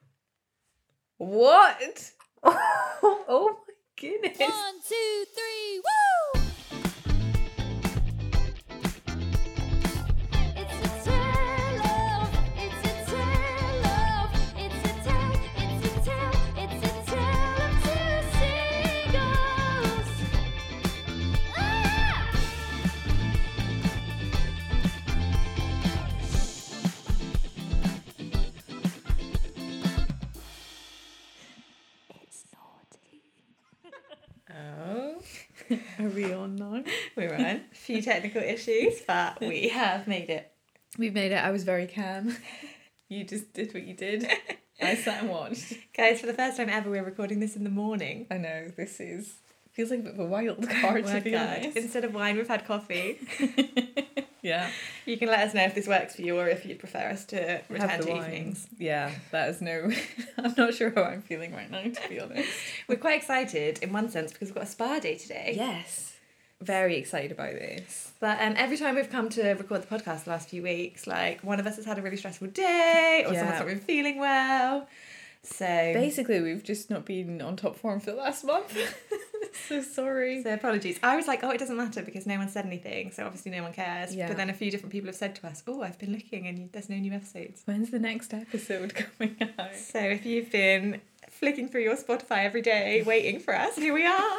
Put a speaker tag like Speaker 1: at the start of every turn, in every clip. Speaker 1: What? oh my goodness.
Speaker 2: One, two, three, woo! It's a tale of, it's a tale of, it's a tale, it's a tale, it's a tale of two seagulls. Ah! It's naughty.
Speaker 1: Oh,
Speaker 3: Are we on now?
Speaker 1: we're on. A few technical issues, but we have made it.
Speaker 3: We've made it. I was very calm.
Speaker 1: You just did what you did.
Speaker 3: I sat and watched.
Speaker 1: Guys, for the first time ever, we're recording this in the morning.
Speaker 3: I know this is feels like a bit of a wild card to
Speaker 1: Word
Speaker 3: be
Speaker 1: card.
Speaker 3: honest.
Speaker 1: Instead of wine, we've had coffee.
Speaker 3: Yeah,
Speaker 1: You can let us know if this works for you or if you'd prefer us to return
Speaker 3: have the
Speaker 1: to
Speaker 3: wine.
Speaker 1: evenings.
Speaker 3: Yeah, that is no. I'm not sure how I'm feeling right now, to be honest.
Speaker 1: We're quite excited in one sense because we've got a spa day today.
Speaker 3: Yes, very excited about this.
Speaker 1: But um, every time we've come to record the podcast the last few weeks, like one of us has had a really stressful day or someone's
Speaker 3: Yeah.
Speaker 1: not been feeling well. So,
Speaker 3: Basically, we've just not been on top form for the last month. so sorry.
Speaker 1: so apologies. I was like, oh, it doesn't matter because no one said anything. So obviously no one cares.
Speaker 3: Yeah.
Speaker 1: But then a few different people have said to us, oh, I've been looking and there's no new episodes.
Speaker 3: When's the next episode coming out?
Speaker 1: So if you've been flicking through your Spotify every day waiting for us, here we are.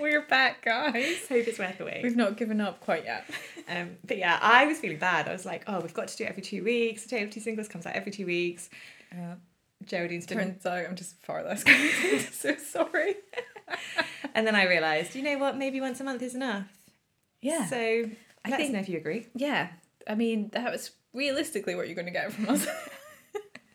Speaker 3: We're back, guys.
Speaker 1: Hope it's worth the wait.
Speaker 3: We've not given up quite yet.
Speaker 1: Um, but yeah, I was feeling bad. I was like, oh, we've got to do it every two weeks. The Tale of Two Singles comes out every two weeks.
Speaker 3: Uh,
Speaker 1: Geraldine's been.
Speaker 3: turns out I'm just far less. committed, so sorry.
Speaker 1: And then I realised, you know what, maybe once a month is enough.
Speaker 3: Yeah.
Speaker 1: So let
Speaker 3: I
Speaker 1: us
Speaker 3: think-
Speaker 1: know if you agree.
Speaker 3: Yeah, I mean that was realistically what you're going to get from us.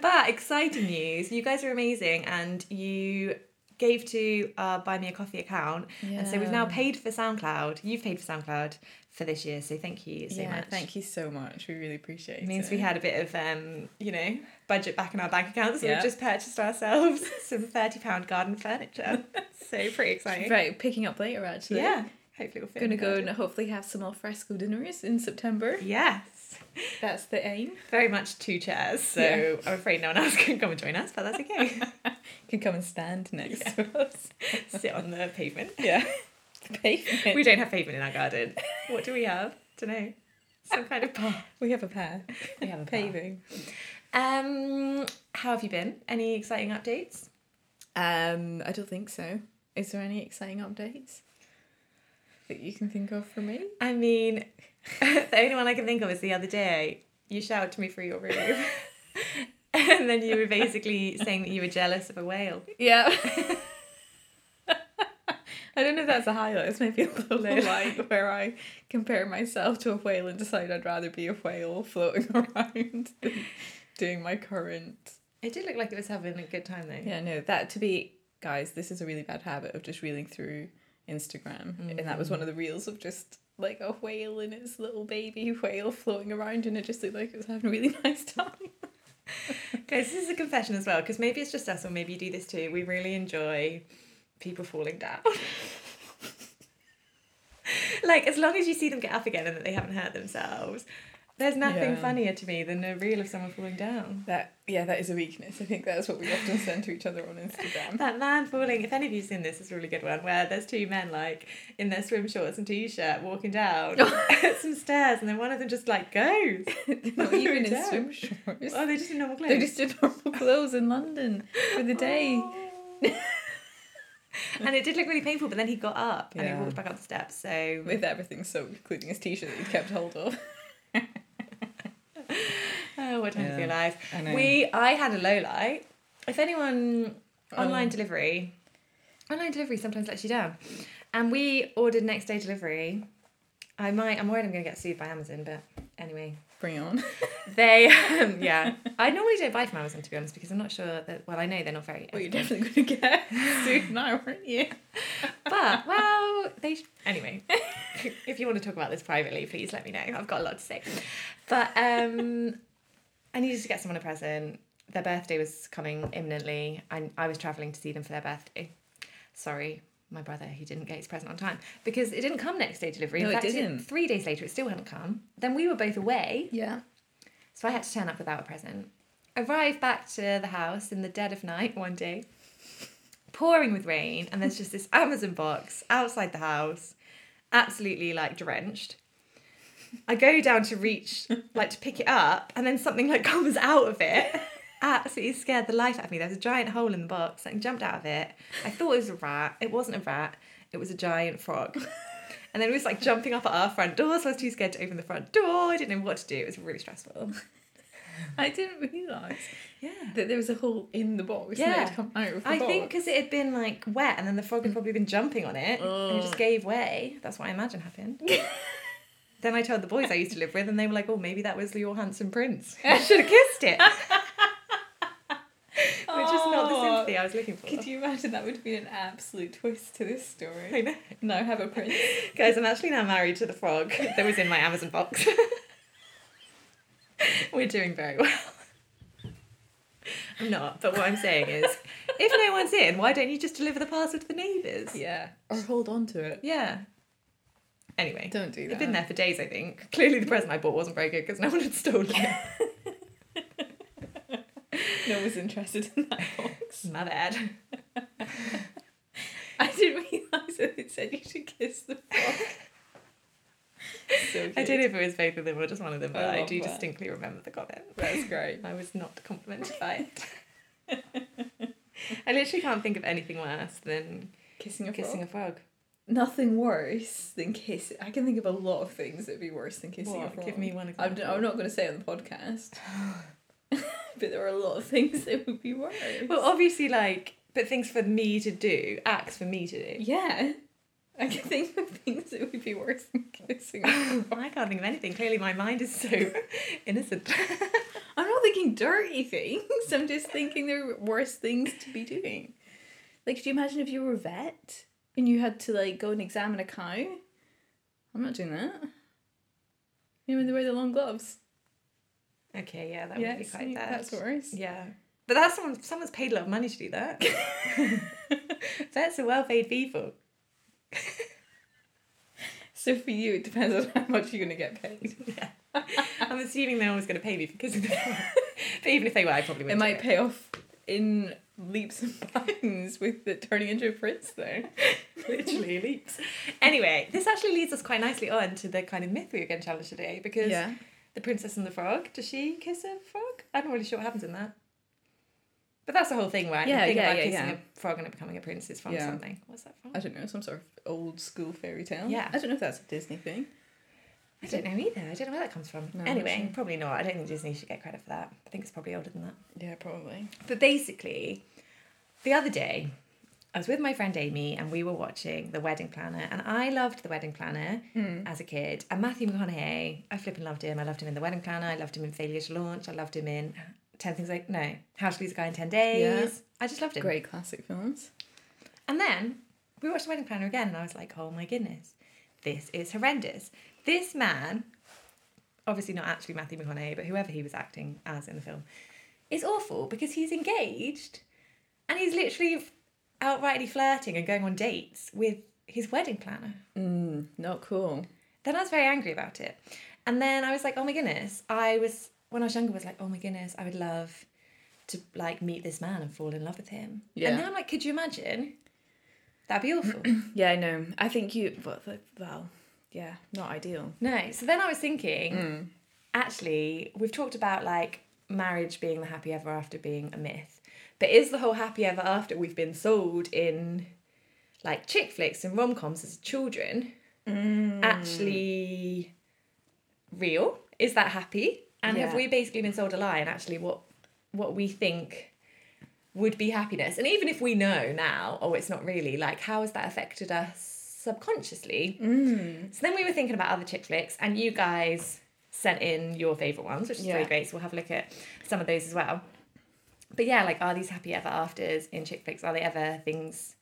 Speaker 1: But exciting news. You guys are amazing and you gave to our Buy Me a Coffee account. And so we've now
Speaker 3: Yeah.
Speaker 1: paid for SoundCloud. You've paid for SoundCloud for this year. So thank you so
Speaker 3: yeah,
Speaker 1: much.
Speaker 3: thank you so much. We really appreciate it.
Speaker 1: It means we had a bit of, um, you know, budget back in our bank accounts. So
Speaker 3: Yeah.
Speaker 1: we've just purchased ourselves some £30 garden furniture. so pretty exciting.
Speaker 3: right picking up later actually.
Speaker 1: Yeah. Hopefully we'll fit
Speaker 3: going to
Speaker 1: in the
Speaker 3: go and
Speaker 1: garden.
Speaker 3: hopefully have some alfresco dinners in September.
Speaker 1: Yes.
Speaker 3: That's the aim.
Speaker 1: Very much two chairs. So
Speaker 3: Yeah.
Speaker 1: I'm afraid no one else can come and join us, but that's okay.
Speaker 3: You can come and stand next to us.
Speaker 1: Sit on the pavement.
Speaker 3: Yeah, the pavement.
Speaker 1: We don't have pavement in our garden. What do we have? Don't know. Some kind of path.
Speaker 3: We have a path.
Speaker 1: We have a path.
Speaker 3: paving.
Speaker 1: Um, how have you been? Any exciting updates?
Speaker 3: Um, I don't think so. Is there any exciting updates that you can think of for me?
Speaker 1: I mean, the only one I can think of is the other day you shouted to me through your room. and then you were basically saying that you were jealous of a whale.
Speaker 3: Yeah. I don't know if that's a highlight. It's maybe a little
Speaker 1: No.
Speaker 3: light where I compare myself to a whale and decide I'd rather be a whale floating around than doing my current.
Speaker 1: It did look like it was having a good time though.
Speaker 3: Yeah, no, that to be, guys, this is a really bad habit of just reeling through Instagram. And that was one of the reels of just like a whale and its little baby whale floating around and it just looked like it was having a really nice time.
Speaker 1: Guys, this is a confession as well, because maybe it's just us, or maybe you do this too. We really enjoy people falling down. like, as long as you see them get up again and that they haven't hurt themselves, there's nothing
Speaker 3: Yeah.
Speaker 1: funnier to me than a reel of someone falling down.
Speaker 3: That, yeah, that is a weakness. I think that's what we often send to each other on Instagram.
Speaker 1: That man falling, if any of you've seen this, it's a really good one where there's two men like in their swim shorts and t shirt walking down some stairs, and then one of them just like goes.
Speaker 3: Not even in
Speaker 1: Yeah.
Speaker 3: swim shorts.
Speaker 1: Oh, they're just in normal clothes.
Speaker 3: They're just in normal clothes in London for the day.
Speaker 1: and it did look really painful, but then he got up and
Speaker 3: Yeah.
Speaker 1: he walked back up the steps. So
Speaker 3: With everything soaked, including his t-shirt that he kept hold of.
Speaker 1: Oh, what time to be
Speaker 3: Yeah,
Speaker 1: alive.
Speaker 3: I know.
Speaker 1: We I had a low light. If anyone online
Speaker 3: Oh.
Speaker 1: delivery online delivery sometimes lets you down. And we ordered next day delivery. I might I'm worried I'm gonna get sued by Amazon, but anyway.
Speaker 3: Bring it on.
Speaker 1: They um, yeah. I normally don't buy from Amazon to be honest because I'm not sure that well I know they're not very
Speaker 3: Well, you're definitely going to get soon now, aren't you?
Speaker 1: but well they sh- anyway if you want to talk about this privately please let me know i've got a lot to say but um i needed to get someone a present their birthday was coming imminently and i was travelling to see them for their birthday sorry my brother he didn't get his present on time because it didn't come next day delivery
Speaker 3: No,
Speaker 1: in
Speaker 3: it
Speaker 1: fact
Speaker 3: didn't.
Speaker 1: three days later it still hadn't come then we were both away
Speaker 3: Yeah.
Speaker 1: so i had to turn up without a present arrive back to the house in the dead of night one day, pouring with rain, and there's just this Amazon box outside the house, absolutely like drenched. I go down to reach, like to pick it up, and then something like comes out of it. Absolutely scared the life out of me. There was a giant hole in the box. Something jumped out of it. I thought it was a rat. It wasn't a rat. It was a giant frog. And then it was like jumping up at our front door, so I was too scared to open the front door. I didn't know what to do. It was really stressful.
Speaker 3: I didn't realise
Speaker 1: Yeah.
Speaker 3: that there was a hole in the box and
Speaker 1: Yeah.
Speaker 3: it'd come out of the Mm.
Speaker 1: I
Speaker 3: box.
Speaker 1: think because it had been like wet and then the frog had probably been jumping on it and it just gave way. That's what I imagine happened. then I told the boys I used to live with and they were like, oh, maybe that was your handsome prince. I should have kissed it. Which is not the
Speaker 3: Oh.
Speaker 1: sympathy I was looking for.
Speaker 3: Could you imagine that would have been an absolute twist to this
Speaker 1: I
Speaker 3: story?
Speaker 1: know.
Speaker 3: No, have a prince.
Speaker 1: Guys, I'm actually now married to the frog that was in my Amazon box. We're doing very well. I'm not, but what I'm saying is, if no one's in, why don't you just deliver the parcel to the neighbours?
Speaker 3: Yeah. Or hold on to it.
Speaker 1: Yeah. Anyway,
Speaker 3: Don't do that.
Speaker 1: they've been there for days, I think. Clearly, the present I bought wasn't very good because no one had stolen it.
Speaker 3: No one's interested in that box.
Speaker 1: My bad.
Speaker 3: I didn't realise that it said you should kiss the frog. so
Speaker 1: I
Speaker 3: cute.
Speaker 1: don't know if it was both of them or just one of them, but
Speaker 3: I
Speaker 1: I,
Speaker 3: love
Speaker 1: do
Speaker 3: that.
Speaker 1: distinctly remember the comment.
Speaker 3: That's great.
Speaker 1: I was not complimented by it. I literally can't think of anything worse than
Speaker 3: Kissing a
Speaker 1: kissing
Speaker 3: frog.
Speaker 1: a frog.
Speaker 3: Nothing worse than kiss. I can think of a lot of things that'd be worse than kissing a
Speaker 1: What?
Speaker 3: frog.
Speaker 1: Give me one
Speaker 3: I'm,
Speaker 1: example.
Speaker 3: d- I'm not going to say it on the podcast. but there are a lot of things that would be worse.
Speaker 1: Well, oh, obviously, like, but things for me to do, acts for me to do.
Speaker 3: yeah. I can think of things that would be worse than kissing. a frog.
Speaker 1: I can't think of anything. Clearly, my mind is so innocent.
Speaker 3: I'm not thinking dirty things. I'm just thinking there are worse things to be doing. Like, could you imagine if you were a vet and you had to like go and examine a cow? I'm not doing that. You know when they wear the long gloves.
Speaker 1: okay, yeah, that would be
Speaker 3: Yes,
Speaker 1: quite bad.
Speaker 3: that's worse.
Speaker 1: Yeah. But that's someone, someone's paid a lot of money to do that. Vets are well paid people.
Speaker 3: So for you, it depends on how much you're gonna get paid.
Speaker 1: I'm assuming they're always going to pay me because of that. but even if they were, I probably
Speaker 3: It
Speaker 1: wouldn't. do
Speaker 3: might pay off in leaps and bounds with it turning into a prince though.
Speaker 1: Literally leaps. Anyway, this actually leads us quite nicely on to the kind of myth we were going to challenge today because the princess and the frog, does she kiss a frog? I'm not really sure what happens in that. But that's the whole thing, right?
Speaker 3: Yeah,
Speaker 1: the thing
Speaker 3: yeah,
Speaker 1: about
Speaker 3: yeah,
Speaker 1: kissing
Speaker 3: yeah.
Speaker 1: a frog and becoming a prince is from
Speaker 3: Yeah.
Speaker 1: something. What's that from?
Speaker 3: I don't know, some sort of old school fairy tale.
Speaker 1: Yeah.
Speaker 3: I don't know if that's a Disney thing.
Speaker 1: I don't know either. I don't know where that comes from.
Speaker 3: No, I'm not
Speaker 1: anyway,
Speaker 3: sure.
Speaker 1: probably not. I don't think Disney should get credit for that. I think it's probably older than that.
Speaker 3: Yeah, probably.
Speaker 1: But basically, the other day, I was with my friend Amy and we were watching The Wedding Planner, and I loved The Wedding Planner as a kid. And Matthew McConaughey, I flippin' loved him. I loved him in The Wedding Planner, I loved him in Failure to Launch, I loved him in 10 Things Like, no, How to Lose a Guy in 10 Days. I just loved him.
Speaker 3: Great classic films.
Speaker 1: And then we watched The Wedding Planner again, and I was like, oh my goodness, this is horrendous. This man, obviously not actually Matthew McConaughey, but whoever he was acting as in the film, is awful because he's engaged and he's literally outrightly flirting and going on dates with his wedding planner.
Speaker 3: Not cool.
Speaker 1: Then I was very angry about it. And then I was like, oh my goodness, I was, when I was younger, was like, oh my goodness, I would love to like meet this man and fall in love with him.
Speaker 3: Yeah.
Speaker 1: And now I'm like, could you imagine? That'd be awful.
Speaker 3: Yeah, I know. I think you. Well, the- well yeah, not ideal.
Speaker 1: No. So then I was thinking, actually, we've talked about like marriage being the happy ever after being a myth, but is the whole happy ever after we've been sold in like chick flicks and rom coms as children actually real? Is that happy? And have
Speaker 3: Yeah.
Speaker 1: we basically been sold a lie? And actually, what what we think would be happiness. And even if we know now, oh, it's not really, like, how has that affected us subconsciously? So then we were thinking about other chick flicks, and you guys sent in your favourite ones, which is really
Speaker 3: Yeah.
Speaker 1: great. So we'll have a look at some of those as well. But yeah, like, are these happy ever afters in chick flicks? Are they ever things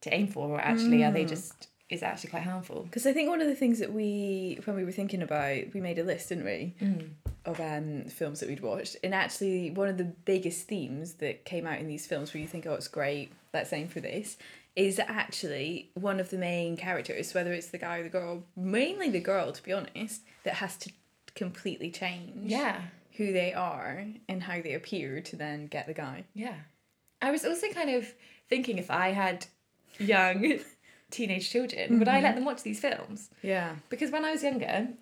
Speaker 1: to aim for, or actually, are they just, is it actually quite harmful?
Speaker 3: Because I think one of the things that we, when we were thinking about, we made a list, didn't we, of um, films that we'd watched. And actually, one of the biggest themes that came out in these films, where you think, oh, it's great, let's aim for this, is that actually one of the main characters, whether it's the guy or the girl, mainly the girl, to be honest, that has to completely change.
Speaker 1: Yeah.
Speaker 3: who they are and how they appear to then get the guy.
Speaker 1: Yeah. I was also kind of thinking if I had young teenage children, would I let them watch these films?
Speaker 3: Yeah.
Speaker 1: Because when I was younger, and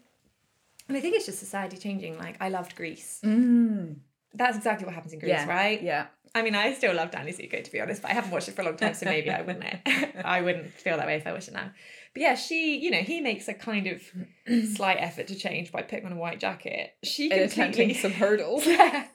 Speaker 1: I think it's just society changing, like I loved Greece.
Speaker 3: Mm.
Speaker 1: That's exactly what happens in Greece,
Speaker 3: Yeah.
Speaker 1: right?
Speaker 3: Yeah.
Speaker 1: I mean, I still love Danny Zuko to be honest, but I haven't watched it for a long time, so maybe I wouldn't. I wouldn't feel that way if I watched it now. But yeah, she, you know, he makes a kind of slight effort to change by putting on a white jacket. She
Speaker 3: And attempting
Speaker 1: completely
Speaker 3: some hurdles.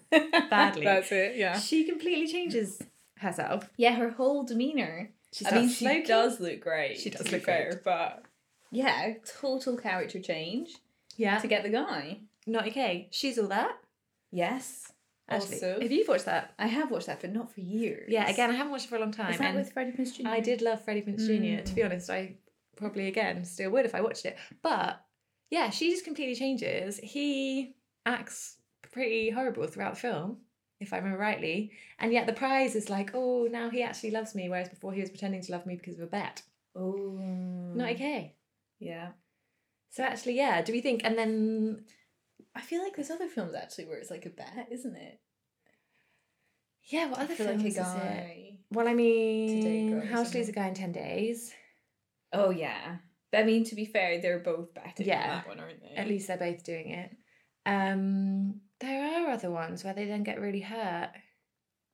Speaker 1: badly.
Speaker 3: That's it. Yeah.
Speaker 1: She completely changes herself.
Speaker 3: Yeah, her whole demeanor.
Speaker 1: She
Speaker 3: I
Speaker 1: starts
Speaker 3: mean, she
Speaker 1: smoking.
Speaker 3: does look great.
Speaker 1: She does
Speaker 3: to be
Speaker 1: look
Speaker 3: fair,
Speaker 1: great.
Speaker 3: but yeah, total character change
Speaker 1: Yeah.
Speaker 3: to get the guy.
Speaker 1: Not okay. She's all that.
Speaker 3: Yes.
Speaker 1: Actually,
Speaker 3: Also-
Speaker 1: if you've watched that,
Speaker 3: I have watched that, but not for years.
Speaker 1: yeah, again, I haven't watched it for a long time.
Speaker 3: Is that
Speaker 1: and
Speaker 3: with Freddie Prinze Jr.?
Speaker 1: I did love Freddie Prinze Jr.
Speaker 3: Mm.
Speaker 1: To be honest, I probably again still would if I watched it. But yeah, she just completely changes. He acts pretty horrible throughout the film, if I remember rightly. And yet the prize is like, oh, now he actually loves me, whereas before he was pretending to love me because of a bet.
Speaker 3: Oh.
Speaker 1: Not okay.
Speaker 3: Yeah.
Speaker 1: So actually, yeah, do we think? And then
Speaker 3: I feel like there's other films actually where it's like a bet, isn't it?
Speaker 1: yeah, what
Speaker 3: I
Speaker 1: other
Speaker 3: feel
Speaker 1: films
Speaker 3: like a
Speaker 1: is it?
Speaker 3: guy.
Speaker 1: Well, I mean,
Speaker 3: Girl,
Speaker 1: How
Speaker 3: isn't
Speaker 1: to Lose
Speaker 3: it?
Speaker 1: a Guy in Ten Days.
Speaker 3: Oh yeah. I mean, to be fair, they're both betting
Speaker 1: Yeah.
Speaker 3: on that one, aren't they?
Speaker 1: At least they're both doing it. Um, there are other ones where they then get really hurt.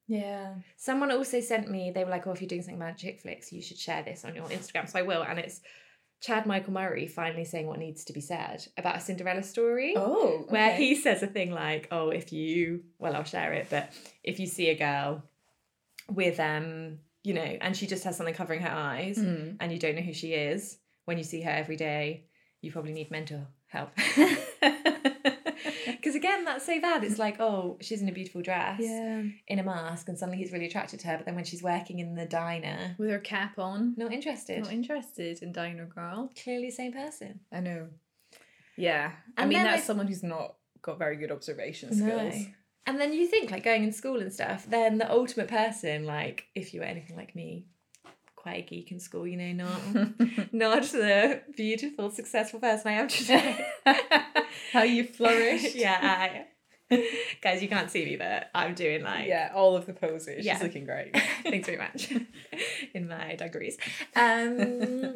Speaker 3: Yeah.
Speaker 1: Someone also sent me, they were like, oh, if you're doing something about chick flicks, you should share this on your Instagram. So I will. And it's Chad Michael Murray finally saying what needs to be said about a Cinderella story.
Speaker 3: Oh.
Speaker 1: Where
Speaker 3: okay.
Speaker 1: he says a thing like, oh, if you, well, I'll share it, but if you see a girl with, um, you know, and she just has something covering her eyes
Speaker 3: Mm.
Speaker 1: and you don't know who she is, when you see her every day, you probably need mental help. Because again, that's so bad. It's like, oh, she's in a beautiful dress
Speaker 3: yeah.
Speaker 1: in a mask and suddenly he's really attracted to her, but then when she's working in the diner,
Speaker 3: With her cap on.
Speaker 1: not interested.
Speaker 3: Not interested in Diner Girl.
Speaker 1: Clearly, same person.
Speaker 3: I know. Yeah. I
Speaker 1: And
Speaker 3: mean,
Speaker 1: then
Speaker 3: that's
Speaker 1: I-
Speaker 3: someone who's not got very good observation skills.
Speaker 1: And then you think, like going in school and stuff, then the ultimate person, like if you were anything like me, quite a geek in school, you know, not not the beautiful, successful person I am today.
Speaker 3: How you flourished.
Speaker 1: yeah, I, guys, you can't see me, but I'm doing like
Speaker 3: Yeah, all of the poses.
Speaker 1: Yeah.
Speaker 3: She's looking great.
Speaker 1: Thanks very much. In my degrees. Um,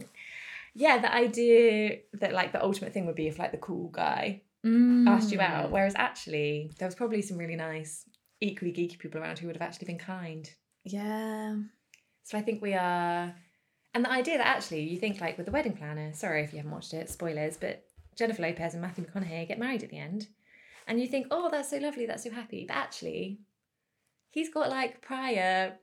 Speaker 1: yeah, the idea that like the ultimate thing would be if like the cool guy asked you
Speaker 3: Mm.
Speaker 1: out, whereas actually there was probably some really nice, equally geeky people around who would have actually been kind.
Speaker 3: Yeah.
Speaker 1: So I think we are, and the idea that actually you think like with the wedding planner. Sorry if you haven't watched it, spoilers, but Jennifer Lopez and Matthew McConaughey get married at the end, and you think, oh, that's so lovely, that's so happy, but actually, he's got like prior,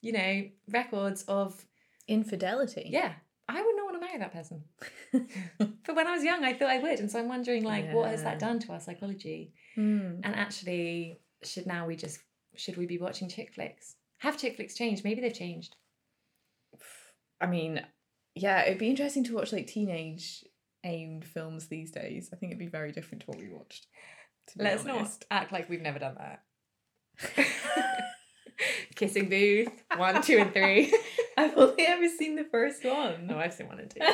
Speaker 1: you know, records of
Speaker 3: Infidelity.
Speaker 1: yeah. I would not want to marry that person. but when I was young, I thought I would. And so I'm wondering, like, what has
Speaker 3: Yeah.
Speaker 1: that done to our psychology?
Speaker 3: Mm.
Speaker 1: And actually, should now we just, should we be watching chick flicks? Have chick flicks changed? Maybe they've changed.
Speaker 3: I mean, yeah, it'd be interesting to watch like teenage aimed films these days. I think it'd be very different to what we watched. to be
Speaker 1: Let's
Speaker 3: honest.
Speaker 1: not act like we've never done that. Kissing booth, one, two, and three.
Speaker 3: I've only ever seen the first one.
Speaker 1: No, I've seen one and two. I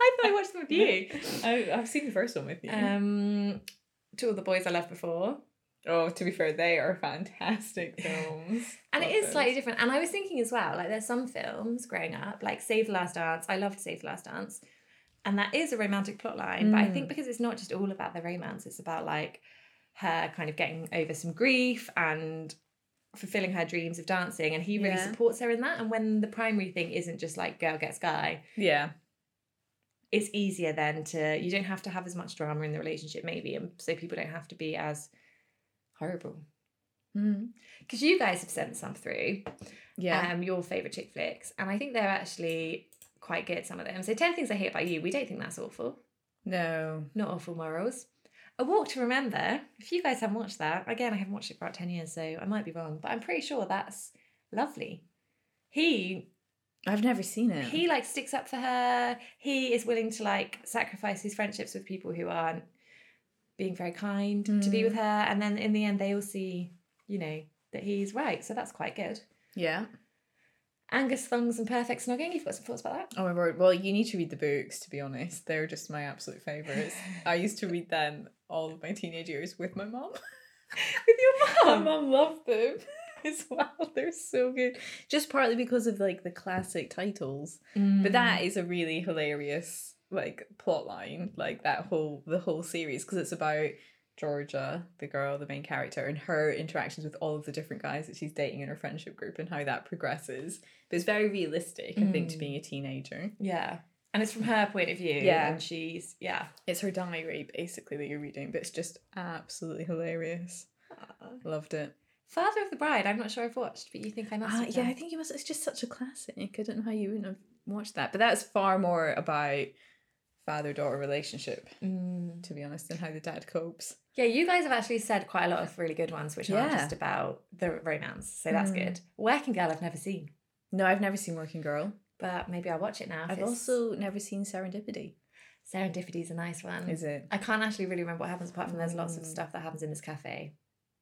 Speaker 3: I,
Speaker 1: thought I watched them with you.
Speaker 3: I've seen the first one with you.
Speaker 1: Um, to all the boys I loved before.
Speaker 3: oh, to be fair, they are fantastic films.
Speaker 1: And
Speaker 3: Love
Speaker 1: it is
Speaker 3: those.
Speaker 1: slightly different. And I was thinking as well, like there's some films growing up, like Save the Last Dance. I loved Save the Last Dance. And that is a romantic plot line. But I think because it's not just all about the romance, it's about like her kind of getting over some grief and fulfilling her dreams of dancing. And he really
Speaker 3: Yeah.
Speaker 1: supports her in that. And when the primary thing isn't just like girl gets guy,
Speaker 3: Yeah.
Speaker 1: it's easier then to you don't have to have as much drama in the relationship, maybe, and so people don't have to be as horrible.
Speaker 3: Mm.
Speaker 1: Because you guys have sent some through
Speaker 3: Yeah.
Speaker 1: um, your favourite chick flicks. And I think they're actually quite good, some of them. So 10 Things I Hate About You, we don't think that's awful.
Speaker 3: no.
Speaker 1: Not awful morals. A Walk to Remember, if you guys haven't watched that, again, I haven't watched it for about 10 years, so I might be wrong, but I'm pretty sure that's lovely. He
Speaker 3: I've never seen it.
Speaker 1: he like sticks up for her. He is willing to like sacrifice his friendships with people who aren't being very kind to be
Speaker 3: Mm.
Speaker 1: with her. And then in the end they all see, you know, that he's right. So that's quite good.
Speaker 3: yeah.
Speaker 1: Angus Thongs and Perfect Snogging, you've got some thoughts about that?
Speaker 3: Oh my word. Well, you need to read the books, to be honest. They're just my absolute favourites. I used to read them all of my teenage years with my mom.
Speaker 1: with your
Speaker 3: My
Speaker 1: mum.
Speaker 3: mum loved them as well. They're so good. Just partly because of like the classic titles.
Speaker 1: Um,
Speaker 3: But that is a really hilarious like plot line, like that whole the whole series, because it's about Georgia, the girl, the main character, and her interactions with all of the different guys that she's dating in her friendship group and how that progresses. But it's very realistic, I think, to
Speaker 1: Mm.
Speaker 3: being a teenager.
Speaker 1: yeah, and it's from her point of view.
Speaker 3: Yeah.
Speaker 1: and she's mm. yeah.
Speaker 3: It's her diary basically that you're reading, but it's just absolutely hilarious. Loved it.
Speaker 1: Father of the Bride. I'm not sure I've watched, but you think I must.
Speaker 3: Uh,
Speaker 1: have
Speaker 3: yeah,
Speaker 1: done.
Speaker 3: I think you must. It's just such a classic. I don't know how you wouldn't have watched that. But that's far more about father daughter relationship,
Speaker 1: Mm.
Speaker 3: to be honest, and how the dad copes.
Speaker 1: Yeah, you guys have actually said quite a lot of really good ones, which aren't
Speaker 3: Yeah.
Speaker 1: just about the romance. So that's
Speaker 3: Mm.
Speaker 1: good. Working Girl, I've never seen,
Speaker 3: No, I've never seen Working Girl.
Speaker 1: but maybe I'll watch it now. if
Speaker 3: I've
Speaker 1: it's-
Speaker 3: also never seen Serendipity.
Speaker 1: Serendipity's a nice one.
Speaker 3: Is it?
Speaker 1: I can't actually really remember what happens apart from there's lots of
Speaker 3: Mm.
Speaker 1: stuff that happens in this cafe.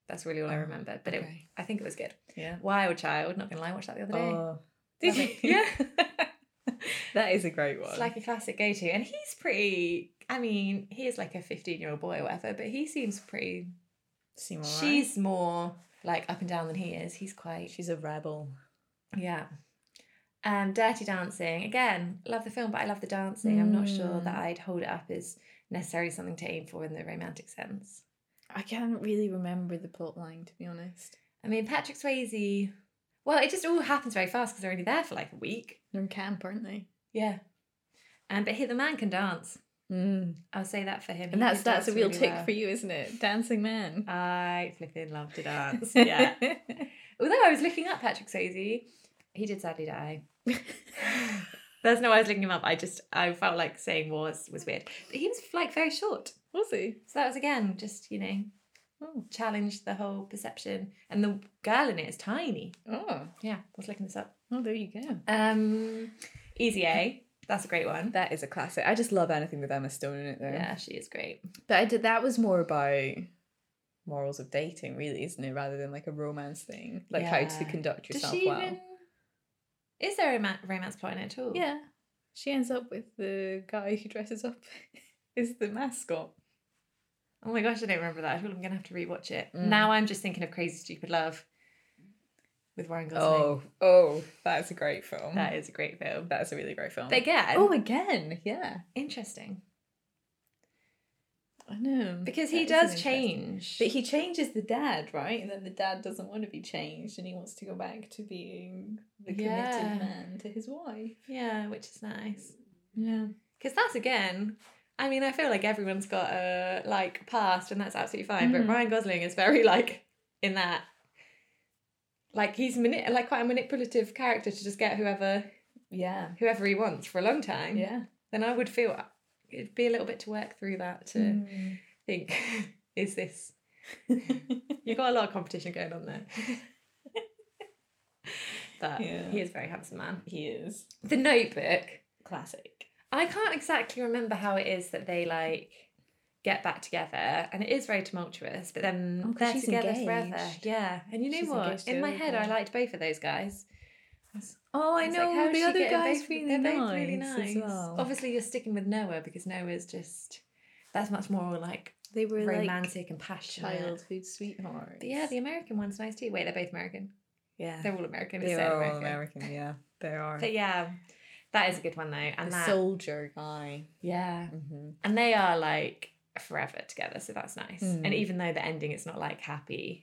Speaker 1: That's really all I
Speaker 3: Oh,
Speaker 1: remember. But it,
Speaker 3: okay.
Speaker 1: I think it was good.
Speaker 3: Yeah.
Speaker 1: Wild Child, not gonna lie, I watched that the other day.
Speaker 3: Oh, did you?
Speaker 1: Love it. Yeah.
Speaker 3: that is a great one.
Speaker 1: It's like a classic go to. And he's pretty I mean, he is like a fifteen year old boy or whatever, but he seems pretty
Speaker 3: Seymour. She's
Speaker 1: she's more like up and down than he is. He's quite
Speaker 3: she's a rebel.
Speaker 1: Yeah. Um, Dirty Dancing. Again, love the film, but I love the dancing. I'm not sure
Speaker 3: Mm.
Speaker 1: that I'd hold it up as necessarily something to aim for in the romantic sense.
Speaker 3: I can't really remember the plot line to be honest.
Speaker 1: I mean, Patrick Swayze. Well, it just all happens very fast because they're only there for like a week.
Speaker 3: They're in camp, aren't they?
Speaker 1: Yeah. And but here the man can dance.
Speaker 3: Mm.
Speaker 1: I'll say that for him.
Speaker 3: And that's that's a real tick for
Speaker 1: you.
Speaker 3: you, isn't it? Dancing man.
Speaker 1: I flipping love to dance. Yeah. Although I was looking up Patrick Swayze, he did sadly die. That's no, I was looking him up. I just I felt like saying was was weird, but he was like very short.
Speaker 3: Was he?
Speaker 1: So that was again just you know hmm,
Speaker 3: Oh.
Speaker 1: challenge the whole perception. And the girl in it is tiny.
Speaker 3: Oh.
Speaker 1: Yeah, I was looking this up.
Speaker 3: Oh, there you go.
Speaker 1: Um, Easy A. That's a great one.
Speaker 3: That is a classic. I just love anything with Emma Stone in it, though.
Speaker 1: Yeah, she is great.
Speaker 3: But I did, that was more about morals of dating, really, isn't it? Rather than like a romance thing, like how to
Speaker 1: Yeah.
Speaker 3: conduct
Speaker 1: Does
Speaker 3: yourself
Speaker 1: she
Speaker 3: well.
Speaker 1: even? Is there a ma- romance plot in it at all?
Speaker 3: Yeah. She ends up with the guy who dresses up as the mascot.
Speaker 1: Oh my gosh, I don't remember that. I feel I'm gonna have to rewatch it.
Speaker 3: Mm.
Speaker 1: Now I'm just thinking of Crazy Stupid Love with Ryan Gosling.
Speaker 3: Oh, oh, that's a great film.
Speaker 1: That is a great film.
Speaker 3: That's a really great film.
Speaker 1: But again,
Speaker 3: oh, again, yeah.
Speaker 1: interesting
Speaker 3: I know
Speaker 1: because
Speaker 3: That
Speaker 1: he
Speaker 3: is an
Speaker 1: does
Speaker 3: interesting-
Speaker 1: change.
Speaker 3: But he changes the dad, right? And then the dad doesn't want to be changed and he wants to go back to being the committed
Speaker 1: Yeah.
Speaker 3: man to his wife.
Speaker 1: yeah, which is nice.
Speaker 3: Yeah.
Speaker 1: Because that's again, I mean, I feel like everyone's got a like past, and that's absolutely fine.
Speaker 3: Mhm.
Speaker 1: But Ryan Gosling is very like in that, like he's mani- like quite a manipulative character to just get whoever
Speaker 3: Yeah.
Speaker 1: whoever he wants for a long time.
Speaker 3: Yeah.
Speaker 1: Then I would feel it'd be a little bit to work through that to
Speaker 3: Mm.
Speaker 1: think, is this?
Speaker 3: Mm.
Speaker 1: You got a lot of competition going on there. but
Speaker 3: Yeah.
Speaker 1: he is a very handsome man.
Speaker 3: He is
Speaker 1: The Notebook.
Speaker 3: classic.
Speaker 1: I can't exactly remember how it is that they like get back together, and it is very tumultuous. But then
Speaker 3: Oh, 'cause
Speaker 1: they're
Speaker 3: she's
Speaker 1: together
Speaker 3: engaged.
Speaker 1: forever. Yeah, and you know
Speaker 3: She's
Speaker 1: what?
Speaker 3: engaged to
Speaker 1: In my
Speaker 3: the
Speaker 1: head,
Speaker 3: other
Speaker 1: I
Speaker 3: guy.
Speaker 1: liked both of those guys.
Speaker 3: Oh, I
Speaker 1: was
Speaker 3: know.
Speaker 1: like, how is
Speaker 3: the
Speaker 1: she
Speaker 3: other
Speaker 1: getting
Speaker 3: guy's
Speaker 1: both-
Speaker 3: really
Speaker 1: they're
Speaker 3: nice.
Speaker 1: both really
Speaker 3: As
Speaker 1: nice.
Speaker 3: well.
Speaker 1: Obviously, you're sticking with Noah because Noah's just that's much more like
Speaker 3: they were
Speaker 1: romantic and
Speaker 3: like
Speaker 1: passionate.
Speaker 3: childhood sweethearts.
Speaker 1: But yeah, the American one's nice too. Wait, they're both American.
Speaker 3: yeah.
Speaker 1: They're all American.
Speaker 3: They
Speaker 1: except
Speaker 3: are all
Speaker 1: American.
Speaker 3: American. Yeah, they are.
Speaker 1: But yeah, that is a good one though, and
Speaker 3: the
Speaker 1: that
Speaker 3: soldier guy.
Speaker 1: yeah,
Speaker 3: Mm-hmm.
Speaker 1: and they are like forever together, so that's nice. And
Speaker 3: Mm.
Speaker 1: even though the ending is not like happy,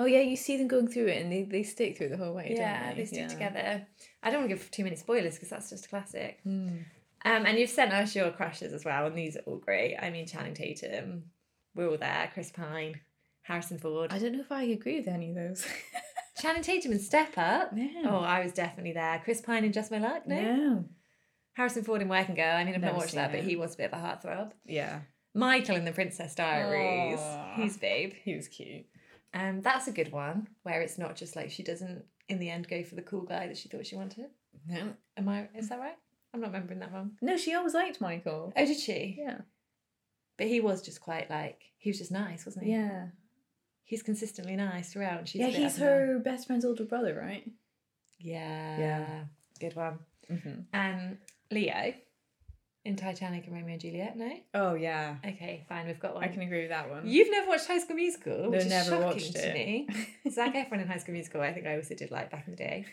Speaker 3: Oh yeah, you see them going through it, and they, they stick through the whole way.
Speaker 1: yeah,
Speaker 3: don't
Speaker 1: they stick together. I don't want to give too many spoilers because that's just a classic.
Speaker 3: Mm.
Speaker 1: Um, and you've sent us your crushes as well, and these are all great. I mean, Channing Tatum, we're all there. Chris Pine, Harrison Ford,
Speaker 3: I don't know if I agree with any of those.
Speaker 1: Channing Tatum in Step Up.
Speaker 3: no.
Speaker 1: Oh, I was definitely there. Chris Pine in Just My Luck. No,
Speaker 3: no.
Speaker 1: Harrison Ford in Working Girl. I mean, I've not
Speaker 3: Never
Speaker 1: watched
Speaker 3: seen
Speaker 1: that, but
Speaker 3: it.
Speaker 1: he was a bit of a heartthrob.
Speaker 3: Yeah.
Speaker 1: Michael in The Princess Diaries.
Speaker 3: Aw.
Speaker 1: He's babe.
Speaker 3: He was cute.
Speaker 1: Um, that's a good one where it's not just like she doesn't in the end go for the cool guy that she thought she wanted.
Speaker 3: No.
Speaker 1: Am I? Is that right? I'm not remembering that wrong.
Speaker 3: No, she always liked Michael.
Speaker 1: Oh, did she?
Speaker 3: Yeah.
Speaker 1: But he was just quite like he was just nice, wasn't he?
Speaker 3: Yeah.
Speaker 1: He's consistently nice throughout. And she's a
Speaker 3: yeah,
Speaker 1: bit
Speaker 3: he's
Speaker 1: up and down.
Speaker 3: her best friend's older brother, right?
Speaker 1: Yeah.
Speaker 3: Yeah.
Speaker 1: Good one.
Speaker 3: Mm-hmm.
Speaker 1: And Leo. in Titanic and Romeo and Juliet. No.
Speaker 3: Oh yeah,
Speaker 1: Okay, fine. We've got one.
Speaker 3: I can agree with that one.
Speaker 1: You've never watched High School Musical,
Speaker 3: No,
Speaker 1: which is
Speaker 3: never
Speaker 1: shocking
Speaker 3: watched
Speaker 1: to
Speaker 3: it.
Speaker 1: me. Zac Efron in High School Musical. I think I also did like back in the day.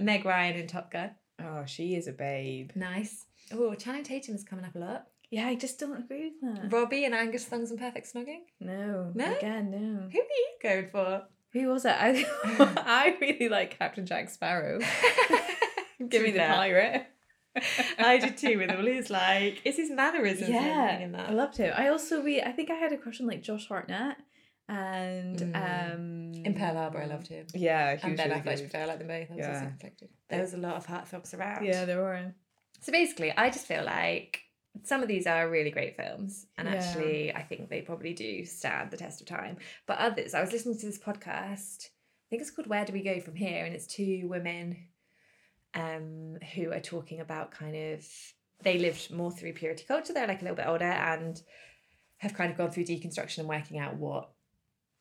Speaker 1: Meg Ryan in Top Gun.
Speaker 3: oh, she is a babe.
Speaker 1: Nice. Oh, Channing Tatum is coming up a lot.
Speaker 3: Yeah, I just don't agree with that.
Speaker 1: Robbie and Angus Thongs and Perfect Snogging.
Speaker 3: No,
Speaker 1: No?
Speaker 3: again, no.
Speaker 1: Who are you going for?
Speaker 3: Who was it? I, I really like Captain Jack Sparrow. Give me
Speaker 1: True
Speaker 3: the
Speaker 1: that.
Speaker 3: pirate.
Speaker 1: I did too with all his like, it's his mannerisms and
Speaker 3: yeah,
Speaker 1: everything in that.
Speaker 3: I loved him. I also we I think I had a crush on like Josh Hartnett and
Speaker 1: Mm.
Speaker 3: um
Speaker 1: in Pearl Harbor, I loved him.
Speaker 3: Yeah, he
Speaker 1: And
Speaker 3: was
Speaker 1: Ben
Speaker 3: really
Speaker 1: Affleck, to be
Speaker 3: good.
Speaker 1: fair, I like them both. I was also
Speaker 3: Yeah.
Speaker 1: conflicted. There was a lot of heartthrobs around.
Speaker 3: Yeah, there were.
Speaker 1: So basically, I just feel like some of these are really great films, and
Speaker 3: Yeah.
Speaker 1: actually, I think they probably do stand the test of time. But others, I was listening to this podcast. I think it's called "Where Do We Go From Here," and it's two women um, who are talking about kind of they lived more through purity culture. They're like a little bit older and have kind of gone through deconstruction and working out what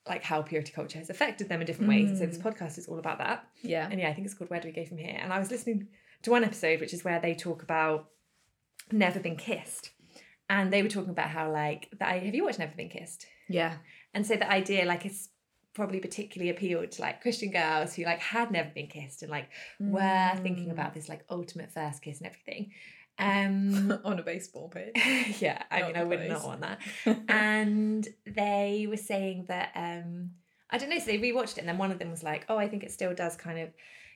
Speaker 1: like how purity culture has affected them in different ways. And so this podcast is all about that.
Speaker 3: Yeah.
Speaker 1: And yeah, I think it's called Where Do We Go From Here? And I was listening to one episode, which is where they talk about Never Been Kissed. And they were talking about how, like, the, have you watched Never Been Kissed?
Speaker 3: Yeah.
Speaker 1: And so the idea, like, it's probably particularly appealed to like Christian girls who like had never been kissed and like were thinking about this like ultimate first kiss and everything. Um
Speaker 3: on a baseball pitch.
Speaker 1: yeah, I
Speaker 3: Not
Speaker 1: mean I would
Speaker 3: close.
Speaker 1: not want that. and they were saying that um I don't know, so they rewatched it and then one of them was like, Oh, I think it still does kind of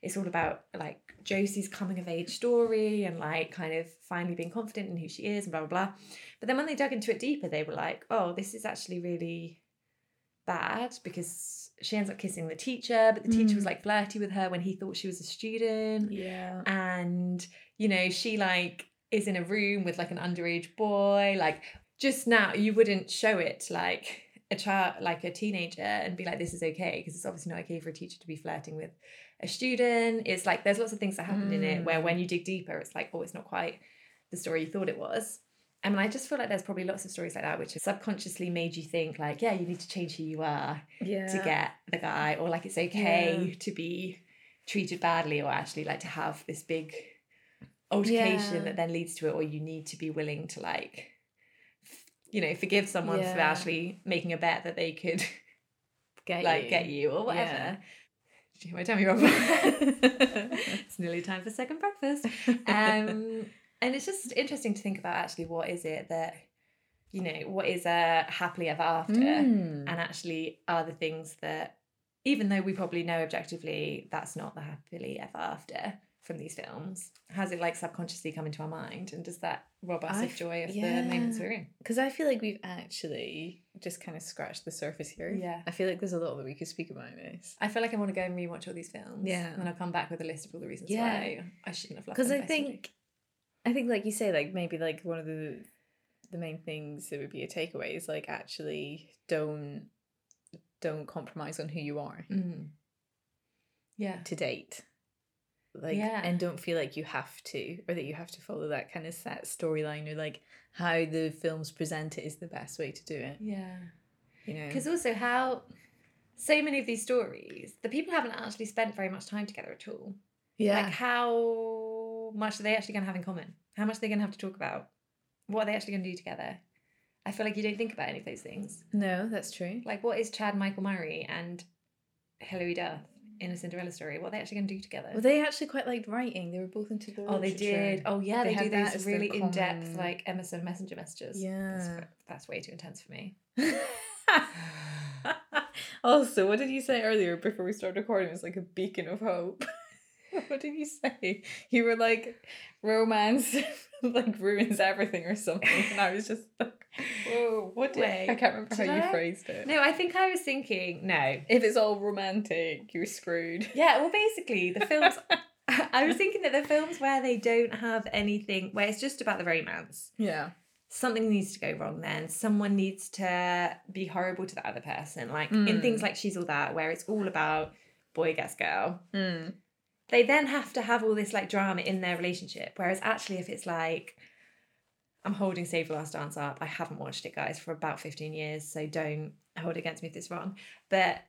Speaker 1: it's all about like Josie's coming of age story and like kind of finally being confident in who she is and blah blah blah. But then when they dug into it deeper, they were like, Oh, this is actually really bad because she ends up kissing the teacher, but the teacher was
Speaker 3: Mm.
Speaker 1: like flirty with her when he thought she was a student
Speaker 3: yeah.
Speaker 1: and you know she like is in a room with like an underage boy like just now you wouldn't show it to, like a child like a teenager and be like this is okay because it's obviously not okay for a teacher to be flirting with a student it's like there's lots of things that happen in it where when you dig deeper it's like oh it's not quite the story you thought it was I mean, I just feel like there's probably lots of stories like that which have subconsciously made you think like, yeah, you need to change who you are
Speaker 3: Yeah.
Speaker 1: to get the guy or like it's okay to be treated badly or actually like to have this big altercation
Speaker 3: Yeah.
Speaker 1: that then leads to it or you need to be willing to like f- you know forgive someone for
Speaker 3: Yeah.
Speaker 1: actually making a bet that they could
Speaker 3: get
Speaker 1: like get you or whatever
Speaker 3: Yeah.
Speaker 1: Did you hear my tummy rumble? it's nearly time for second breakfast um, and it's just interesting to think about actually what is it that you know what is a happily ever after
Speaker 3: Mm.
Speaker 1: and actually are the things that even though we probably know objectively that's not the happily ever after from these films has it like subconsciously come into our mind and does that rob us of
Speaker 3: I've-
Speaker 1: joy of
Speaker 3: yeah.
Speaker 1: the moments we're in
Speaker 3: Because I feel like we've actually just kind of scratched the surface here.
Speaker 1: Yeah.
Speaker 3: I feel like there's a lot that we could speak about in this.
Speaker 1: i feel like i want to go and rewatch all these films
Speaker 3: Yeah.
Speaker 1: and then i'll come back with a list of all the reasons
Speaker 3: Yeah.
Speaker 1: why i shouldn't have loved
Speaker 3: Because
Speaker 1: them
Speaker 3: I
Speaker 1: if still do.
Speaker 3: think, I think like you say, like maybe like one of the the main things that would be a takeaway is like actually don't don't compromise on who you are
Speaker 1: Mm. yeah
Speaker 3: to date. Like
Speaker 1: Yeah.
Speaker 3: and don't feel like you have to or that you have to follow that kind of set storyline or like how the films present it is the best way to do it.
Speaker 1: yeah
Speaker 3: You know.
Speaker 1: Because also, how so many of these stories, the people haven't actually spent very much time together at all. Like, how much are they actually going to have in common? How much are they going to have to talk about? What are they actually going to do together? I feel like you don't think about any of those things.
Speaker 3: no, that's true.
Speaker 1: Like, what is Chad Michael Murray and Hilary Duff in a Cinderella story? What are they actually going to do together?
Speaker 3: Well, they actually quite liked writing. They were both into the.
Speaker 1: uh, oh, they did.
Speaker 3: literature.
Speaker 1: Oh, yeah,
Speaker 3: They
Speaker 1: they,
Speaker 3: had
Speaker 1: do
Speaker 3: that
Speaker 1: these
Speaker 3: as their
Speaker 1: really in depth,
Speaker 3: common-
Speaker 1: like Emerson messenger messages.
Speaker 3: Yeah.
Speaker 1: That's, that's way too intense for me. Oh.
Speaker 3: also, what did you say earlier before we started recording? It was like a beacon of hope. what did you say? You were like, romance like ruins everything or something, and I was just like, whoa, what did
Speaker 1: Wait,
Speaker 3: I can't remember how
Speaker 1: did
Speaker 3: you
Speaker 1: I?
Speaker 3: phrased it.
Speaker 1: No, I think I was thinking, no,
Speaker 3: If it's all romantic, you're screwed.
Speaker 1: Yeah, well, basically, the films. I was thinking that the films where they don't have anything, where it's just about the romance,
Speaker 3: Yeah.
Speaker 1: something needs to go wrong then. Someone needs to be horrible to the other person. Like in
Speaker 3: Mm.
Speaker 1: things like She's All That, where it's all about boy gets girl,
Speaker 3: Mm.
Speaker 1: they then have to have all this like drama in their relationship. Whereas actually, if it's like, I'm holding Save the Last Dance up, I haven't watched it, guys, for about 15 years, so don't hold it against me if it's wrong. But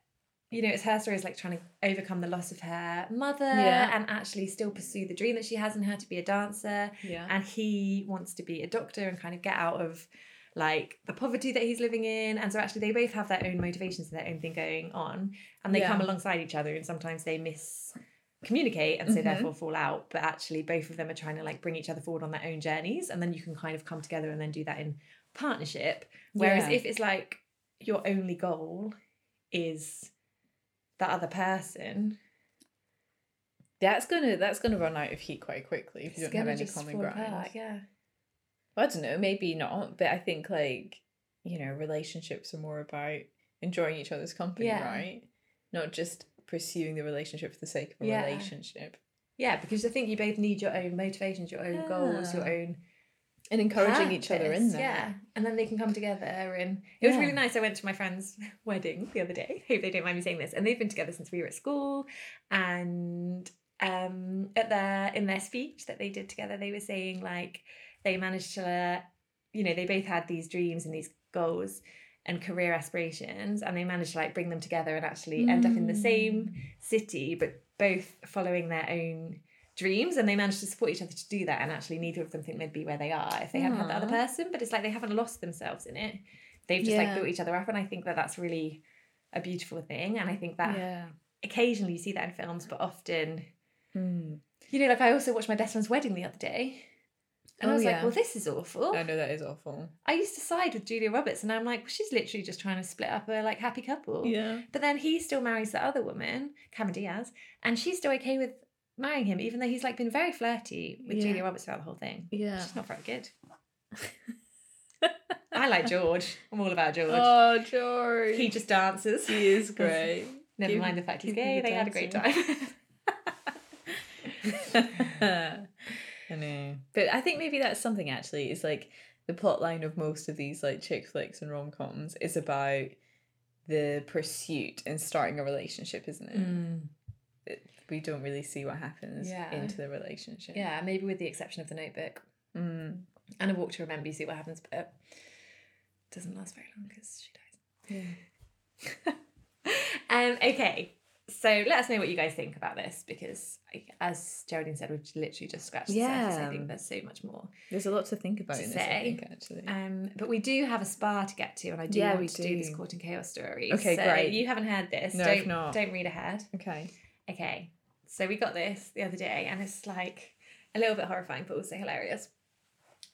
Speaker 1: you know, it's her story is like trying to overcome the loss of her mother
Speaker 3: Yeah.
Speaker 1: and actually still pursue the dream that she has in her to be a dancer.
Speaker 3: Yeah.
Speaker 1: And he wants to be a doctor and kind of get out of like the poverty that he's living in. And so actually they both have their own motivations and their own thing going on. And they
Speaker 3: Yeah.
Speaker 1: come alongside each other and sometimes they miscommunicate and so
Speaker 3: Mhm.
Speaker 1: therefore fall out. But actually both of them are trying to like bring each other forward on their own journeys and then you can kind of come together and then do that in partnership. Whereas
Speaker 3: Yeah.
Speaker 1: if it's like your only goal is that other person,
Speaker 3: That's gonna that's gonna run out of heat quite quickly if you don't have
Speaker 1: gonna
Speaker 3: any
Speaker 1: just
Speaker 3: common
Speaker 1: fall
Speaker 3: ground.
Speaker 1: apart, Yeah.
Speaker 3: Well, I don't know, maybe not, but I think like you know, relationships are more about enjoying each other's company,
Speaker 1: Yeah.
Speaker 3: right? Not just pursuing the relationship for the sake of a
Speaker 1: Yeah.
Speaker 3: relationship.
Speaker 1: Yeah, because I think you both need your own motivations, your own goals, your
Speaker 3: Yeah.
Speaker 1: own
Speaker 3: And encouraging each other in
Speaker 1: purpose,
Speaker 3: that.
Speaker 1: Yeah. And then they can come together and it was
Speaker 3: Yeah.
Speaker 1: really nice. I went to my friend's wedding the other day. Hope they don't mind me saying this. And they've been together since we were at school and um at their in their speech that they did together, they were saying like they managed to you know, they both had these dreams and these goals and career aspirations and they managed to like bring them together and actually end up in the same city, but both following their own dreams and they managed to support each other to do that. And actually, neither of them think they'd be where they are if they hadn't had the other
Speaker 3: Aw.
Speaker 1: person. But it's like they haven't lost themselves in it. They've just like
Speaker 3: Yeah.
Speaker 1: built each other up. And I think that that's really a beautiful thing. And I think that
Speaker 3: Yeah.
Speaker 1: occasionally you see that in films, but often,
Speaker 3: Mm.
Speaker 1: you know, like I also watched my best friend's wedding the other day. And I
Speaker 3: Oh,
Speaker 1: was like,
Speaker 3: yeah. Uh.
Speaker 1: well, this is awful.
Speaker 3: I know that is awful.
Speaker 1: I used to side with Julia Roberts, and I'm like, well, she's literally just trying to split up a like happy couple.
Speaker 3: Yeah.
Speaker 1: But then he still marries the other woman, Cameron Diaz, and she's still okay with marrying him, even though he's like been very flirty with
Speaker 3: Yeah.
Speaker 1: Julia Roberts throughout the whole thing.
Speaker 3: Yeah.
Speaker 1: She's not very good. I like George. I'm all about George.
Speaker 3: Oh, George.
Speaker 1: he just dances.
Speaker 3: He is great.
Speaker 1: Never
Speaker 3: Keep-
Speaker 1: mind the fact he's
Speaker 3: keep him
Speaker 1: gay. They had a great time.
Speaker 3: dancing. I know. But I think maybe that's something actually is like the plot line of most of these like chick flicks and rom coms is about the pursuit and starting a relationship, isn't it? It- We don't really see what happens
Speaker 1: Mm. Yeah.
Speaker 3: into the relationship.
Speaker 1: Yeah, maybe with the exception of The Notebook
Speaker 3: Mm.
Speaker 1: and A Walk to Remember. You see what happens, but it doesn't last very long because she dies. Hmm. Um, okay, so let us know what you guys think about this because, I- as Geraldine said, we've literally just scratched the surface. I
Speaker 3: Yeah.
Speaker 1: think there's so much more.
Speaker 3: There's a lot to think about
Speaker 1: To
Speaker 3: in this,
Speaker 1: say.
Speaker 3: I think, actually.
Speaker 1: Um, but we do have a spa to get to, and I do
Speaker 3: Yeah,
Speaker 1: want
Speaker 3: we
Speaker 1: to do. this
Speaker 3: do.
Speaker 1: Court and Chaos story.
Speaker 3: Okay,
Speaker 1: so
Speaker 3: great.
Speaker 1: You haven't heard this.
Speaker 3: No,
Speaker 1: don't,
Speaker 3: I've not.
Speaker 1: Don't read ahead.
Speaker 3: okay.
Speaker 1: Okay, so we got this the other day, and it's like a little bit horrifying, but also hilarious.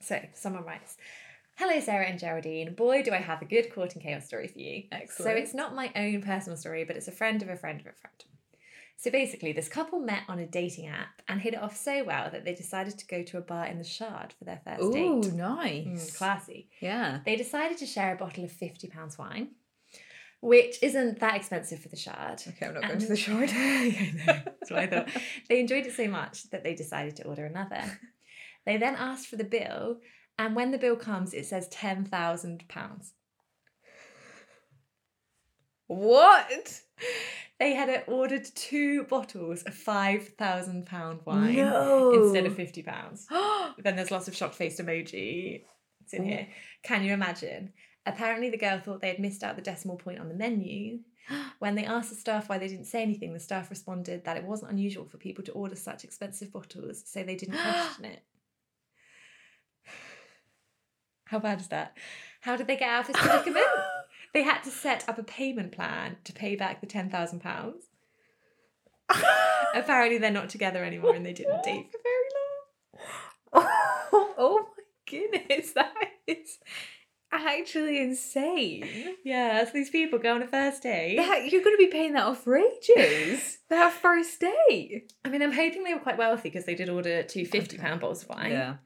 Speaker 1: So someone writes. Hello, Sarah and Geraldine. Boy, do I have a good Court and Chaos story for you.
Speaker 3: Excellent.
Speaker 1: So it's not my own personal story, but it's a friend of a friend of a friend. So basically, this couple met on a dating app and hit it off so well that they decided to go to a bar in the Shard for their first
Speaker 3: Ooh,
Speaker 1: date. Mm,
Speaker 3: nice.
Speaker 1: classy.
Speaker 3: yeah.
Speaker 1: They decided to share a bottle of £50 wine, which isn't that expensive for the Shard.
Speaker 3: Okay, I'm not
Speaker 1: And-
Speaker 3: going to the short.
Speaker 1: That's what I thought. They enjoyed it so much that they decided to order another. They then asked for the bill, and when the bill comes, it says £10,000.
Speaker 3: What?
Speaker 1: They had uh, ordered two bottles of £5,000 wine instead of £50. Then there's lots of shocked faced emoji. It's in here. Can you imagine? Apparently, the girl thought they had missed out the decimal point on the menu. When they asked the staff why they didn't say anything, the staff responded that it wasn't unusual for people to order such expensive bottles, so they didn't question it. How bad is that? How did they get out of this predicament? they had to set up a payment plan to pay back the £10,000. Apparently, they're not together anymore and they didn't date for very long.
Speaker 3: Oh, oh my goodness, that is actually insane.
Speaker 1: Yeah, so these people go on a first date.
Speaker 3: That, you're going to be paying that off for ages. that first date.
Speaker 1: I mean, I'm hoping they were quite wealthy because they did order two fifty pound bottles of wine.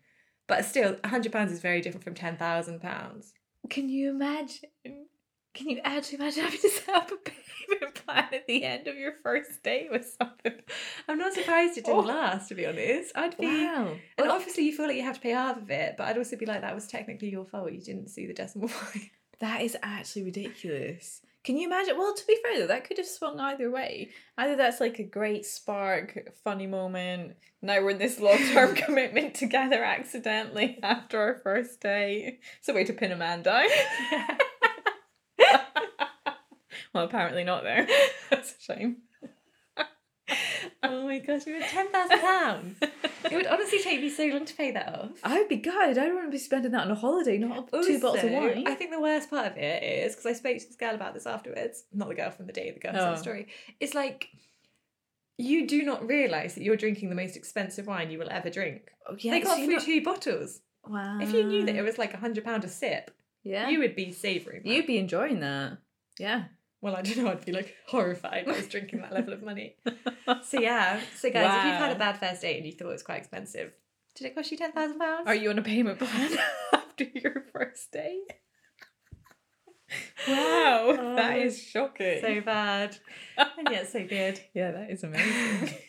Speaker 1: But still, hundred pounds is very different from ten thousand pounds.
Speaker 3: Can you imagine? Can you actually imagine having to set up a payment plan at the end of your first date with something?
Speaker 1: I'm not surprised it didn't
Speaker 3: Oh.
Speaker 1: last. To be honest, I'd be. And obviously, you feel like you have to pay half of it, but I'd also be like, that was technically your fault. You didn't see the decimal point.
Speaker 3: That is actually ridiculous. Can you imagine? Well, to be fair though, that could have swung either way. Either that's like a great spark, funny moment. Now we're in this long-term commitment together accidentally after our first date. It's a way to pin a man down. Well, apparently not though. That's a shame.
Speaker 1: Oh my gosh, we were ten thousand pounds. it would honestly take me so long to pay that off.
Speaker 3: I would be gutted. I don't want to be spending that on a holiday, not two bottles of
Speaker 1: Also,
Speaker 3: wine.
Speaker 1: I think the worst part of it is because I spoke to this girl about this afterwards. Not the girl from the day, the girl from
Speaker 3: Oh.
Speaker 1: the story. It's like you do not realise that you're drinking the most expensive wine you will ever drink.
Speaker 3: Oh, yeah,
Speaker 1: they got
Speaker 3: so
Speaker 1: through
Speaker 3: you're
Speaker 1: two bottles.
Speaker 3: not- Wow.
Speaker 1: if you knew that it was like a hundred pound a sip,
Speaker 3: yeah,
Speaker 1: you would be savouring. that.
Speaker 3: you'd be enjoying that. Yeah.
Speaker 1: Well, I don't know. I'd be like horrified. I was drinking that level of money. So yeah. So guys, if you've had a
Speaker 3: Wow.
Speaker 1: bad first date and you thought it was quite expensive, did it cost you ten thousand pounds?
Speaker 3: Are you on a payment plan after your first day? Wow, that
Speaker 1: Oh,
Speaker 3: is shocking.
Speaker 1: so bad and yet so good?
Speaker 3: yeah, that is amazing.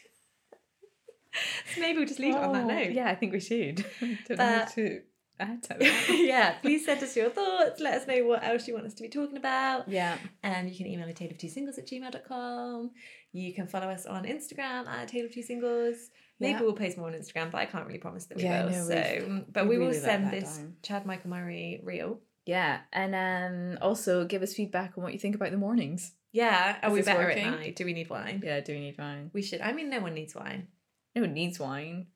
Speaker 1: So maybe we'll just leave it on that
Speaker 3: Oh,
Speaker 1: note.
Speaker 3: Yeah, I think we should. Don't know
Speaker 1: But-
Speaker 3: what to add to that.
Speaker 1: yeah, please send us your thoughts. Let us know what else you want us to be talking about.
Speaker 3: yeah.
Speaker 1: And you can email at tale of two singles at gmail.com. You can follow us on Instagram at tale of two singles. Maybe
Speaker 3: Yeah.
Speaker 1: we'll post more on Instagram, but I can't really promise that we
Speaker 3: Yeah, I
Speaker 1: will.
Speaker 3: know,
Speaker 1: so,
Speaker 3: we've-
Speaker 1: but
Speaker 3: we
Speaker 1: we, will
Speaker 3: really let
Speaker 1: send
Speaker 3: that
Speaker 1: this
Speaker 3: down.
Speaker 1: Chad Michael Murray reel.
Speaker 3: Yeah. And um, also give us feedback on what you think about the mornings.
Speaker 1: Yeah, are
Speaker 3: Is
Speaker 1: we
Speaker 3: this
Speaker 1: better
Speaker 3: working?
Speaker 1: at night? Do we need wine?
Speaker 3: Yeah, do we need wine?
Speaker 1: We should. I mean, no one needs wine.
Speaker 3: No one needs wine.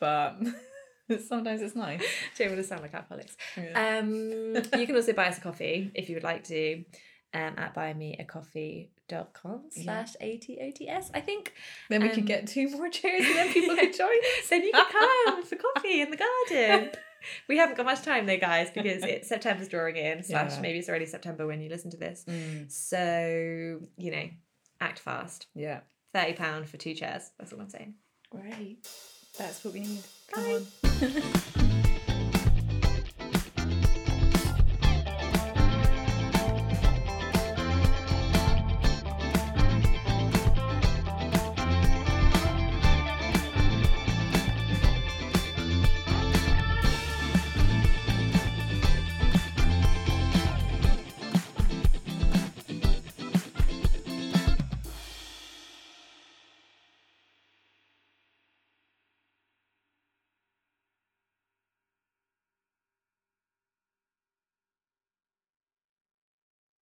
Speaker 3: But sometimes it's nice.
Speaker 1: Don't want to sound like alcoholics.
Speaker 3: Yeah.
Speaker 1: Um, you can also buy us a coffee if you would like to um, at buymeacoffee.com
Speaker 3: Yeah.
Speaker 1: slash A-T-O-T-S. I think
Speaker 3: then we
Speaker 1: um,
Speaker 3: could get two more chairs and then people could join.
Speaker 1: Then you can come for coffee in the garden. We haven't got much time though, guys, because it's September's drawing in, slash
Speaker 3: Yeah.
Speaker 1: maybe it's already September when you listen to this.
Speaker 3: Mm,
Speaker 1: So, you know, act fast.
Speaker 3: yeah.
Speaker 1: £30 for two chairs. That's all I'm saying.
Speaker 3: Right. That's what we need.
Speaker 1: Bye.
Speaker 3: Come on.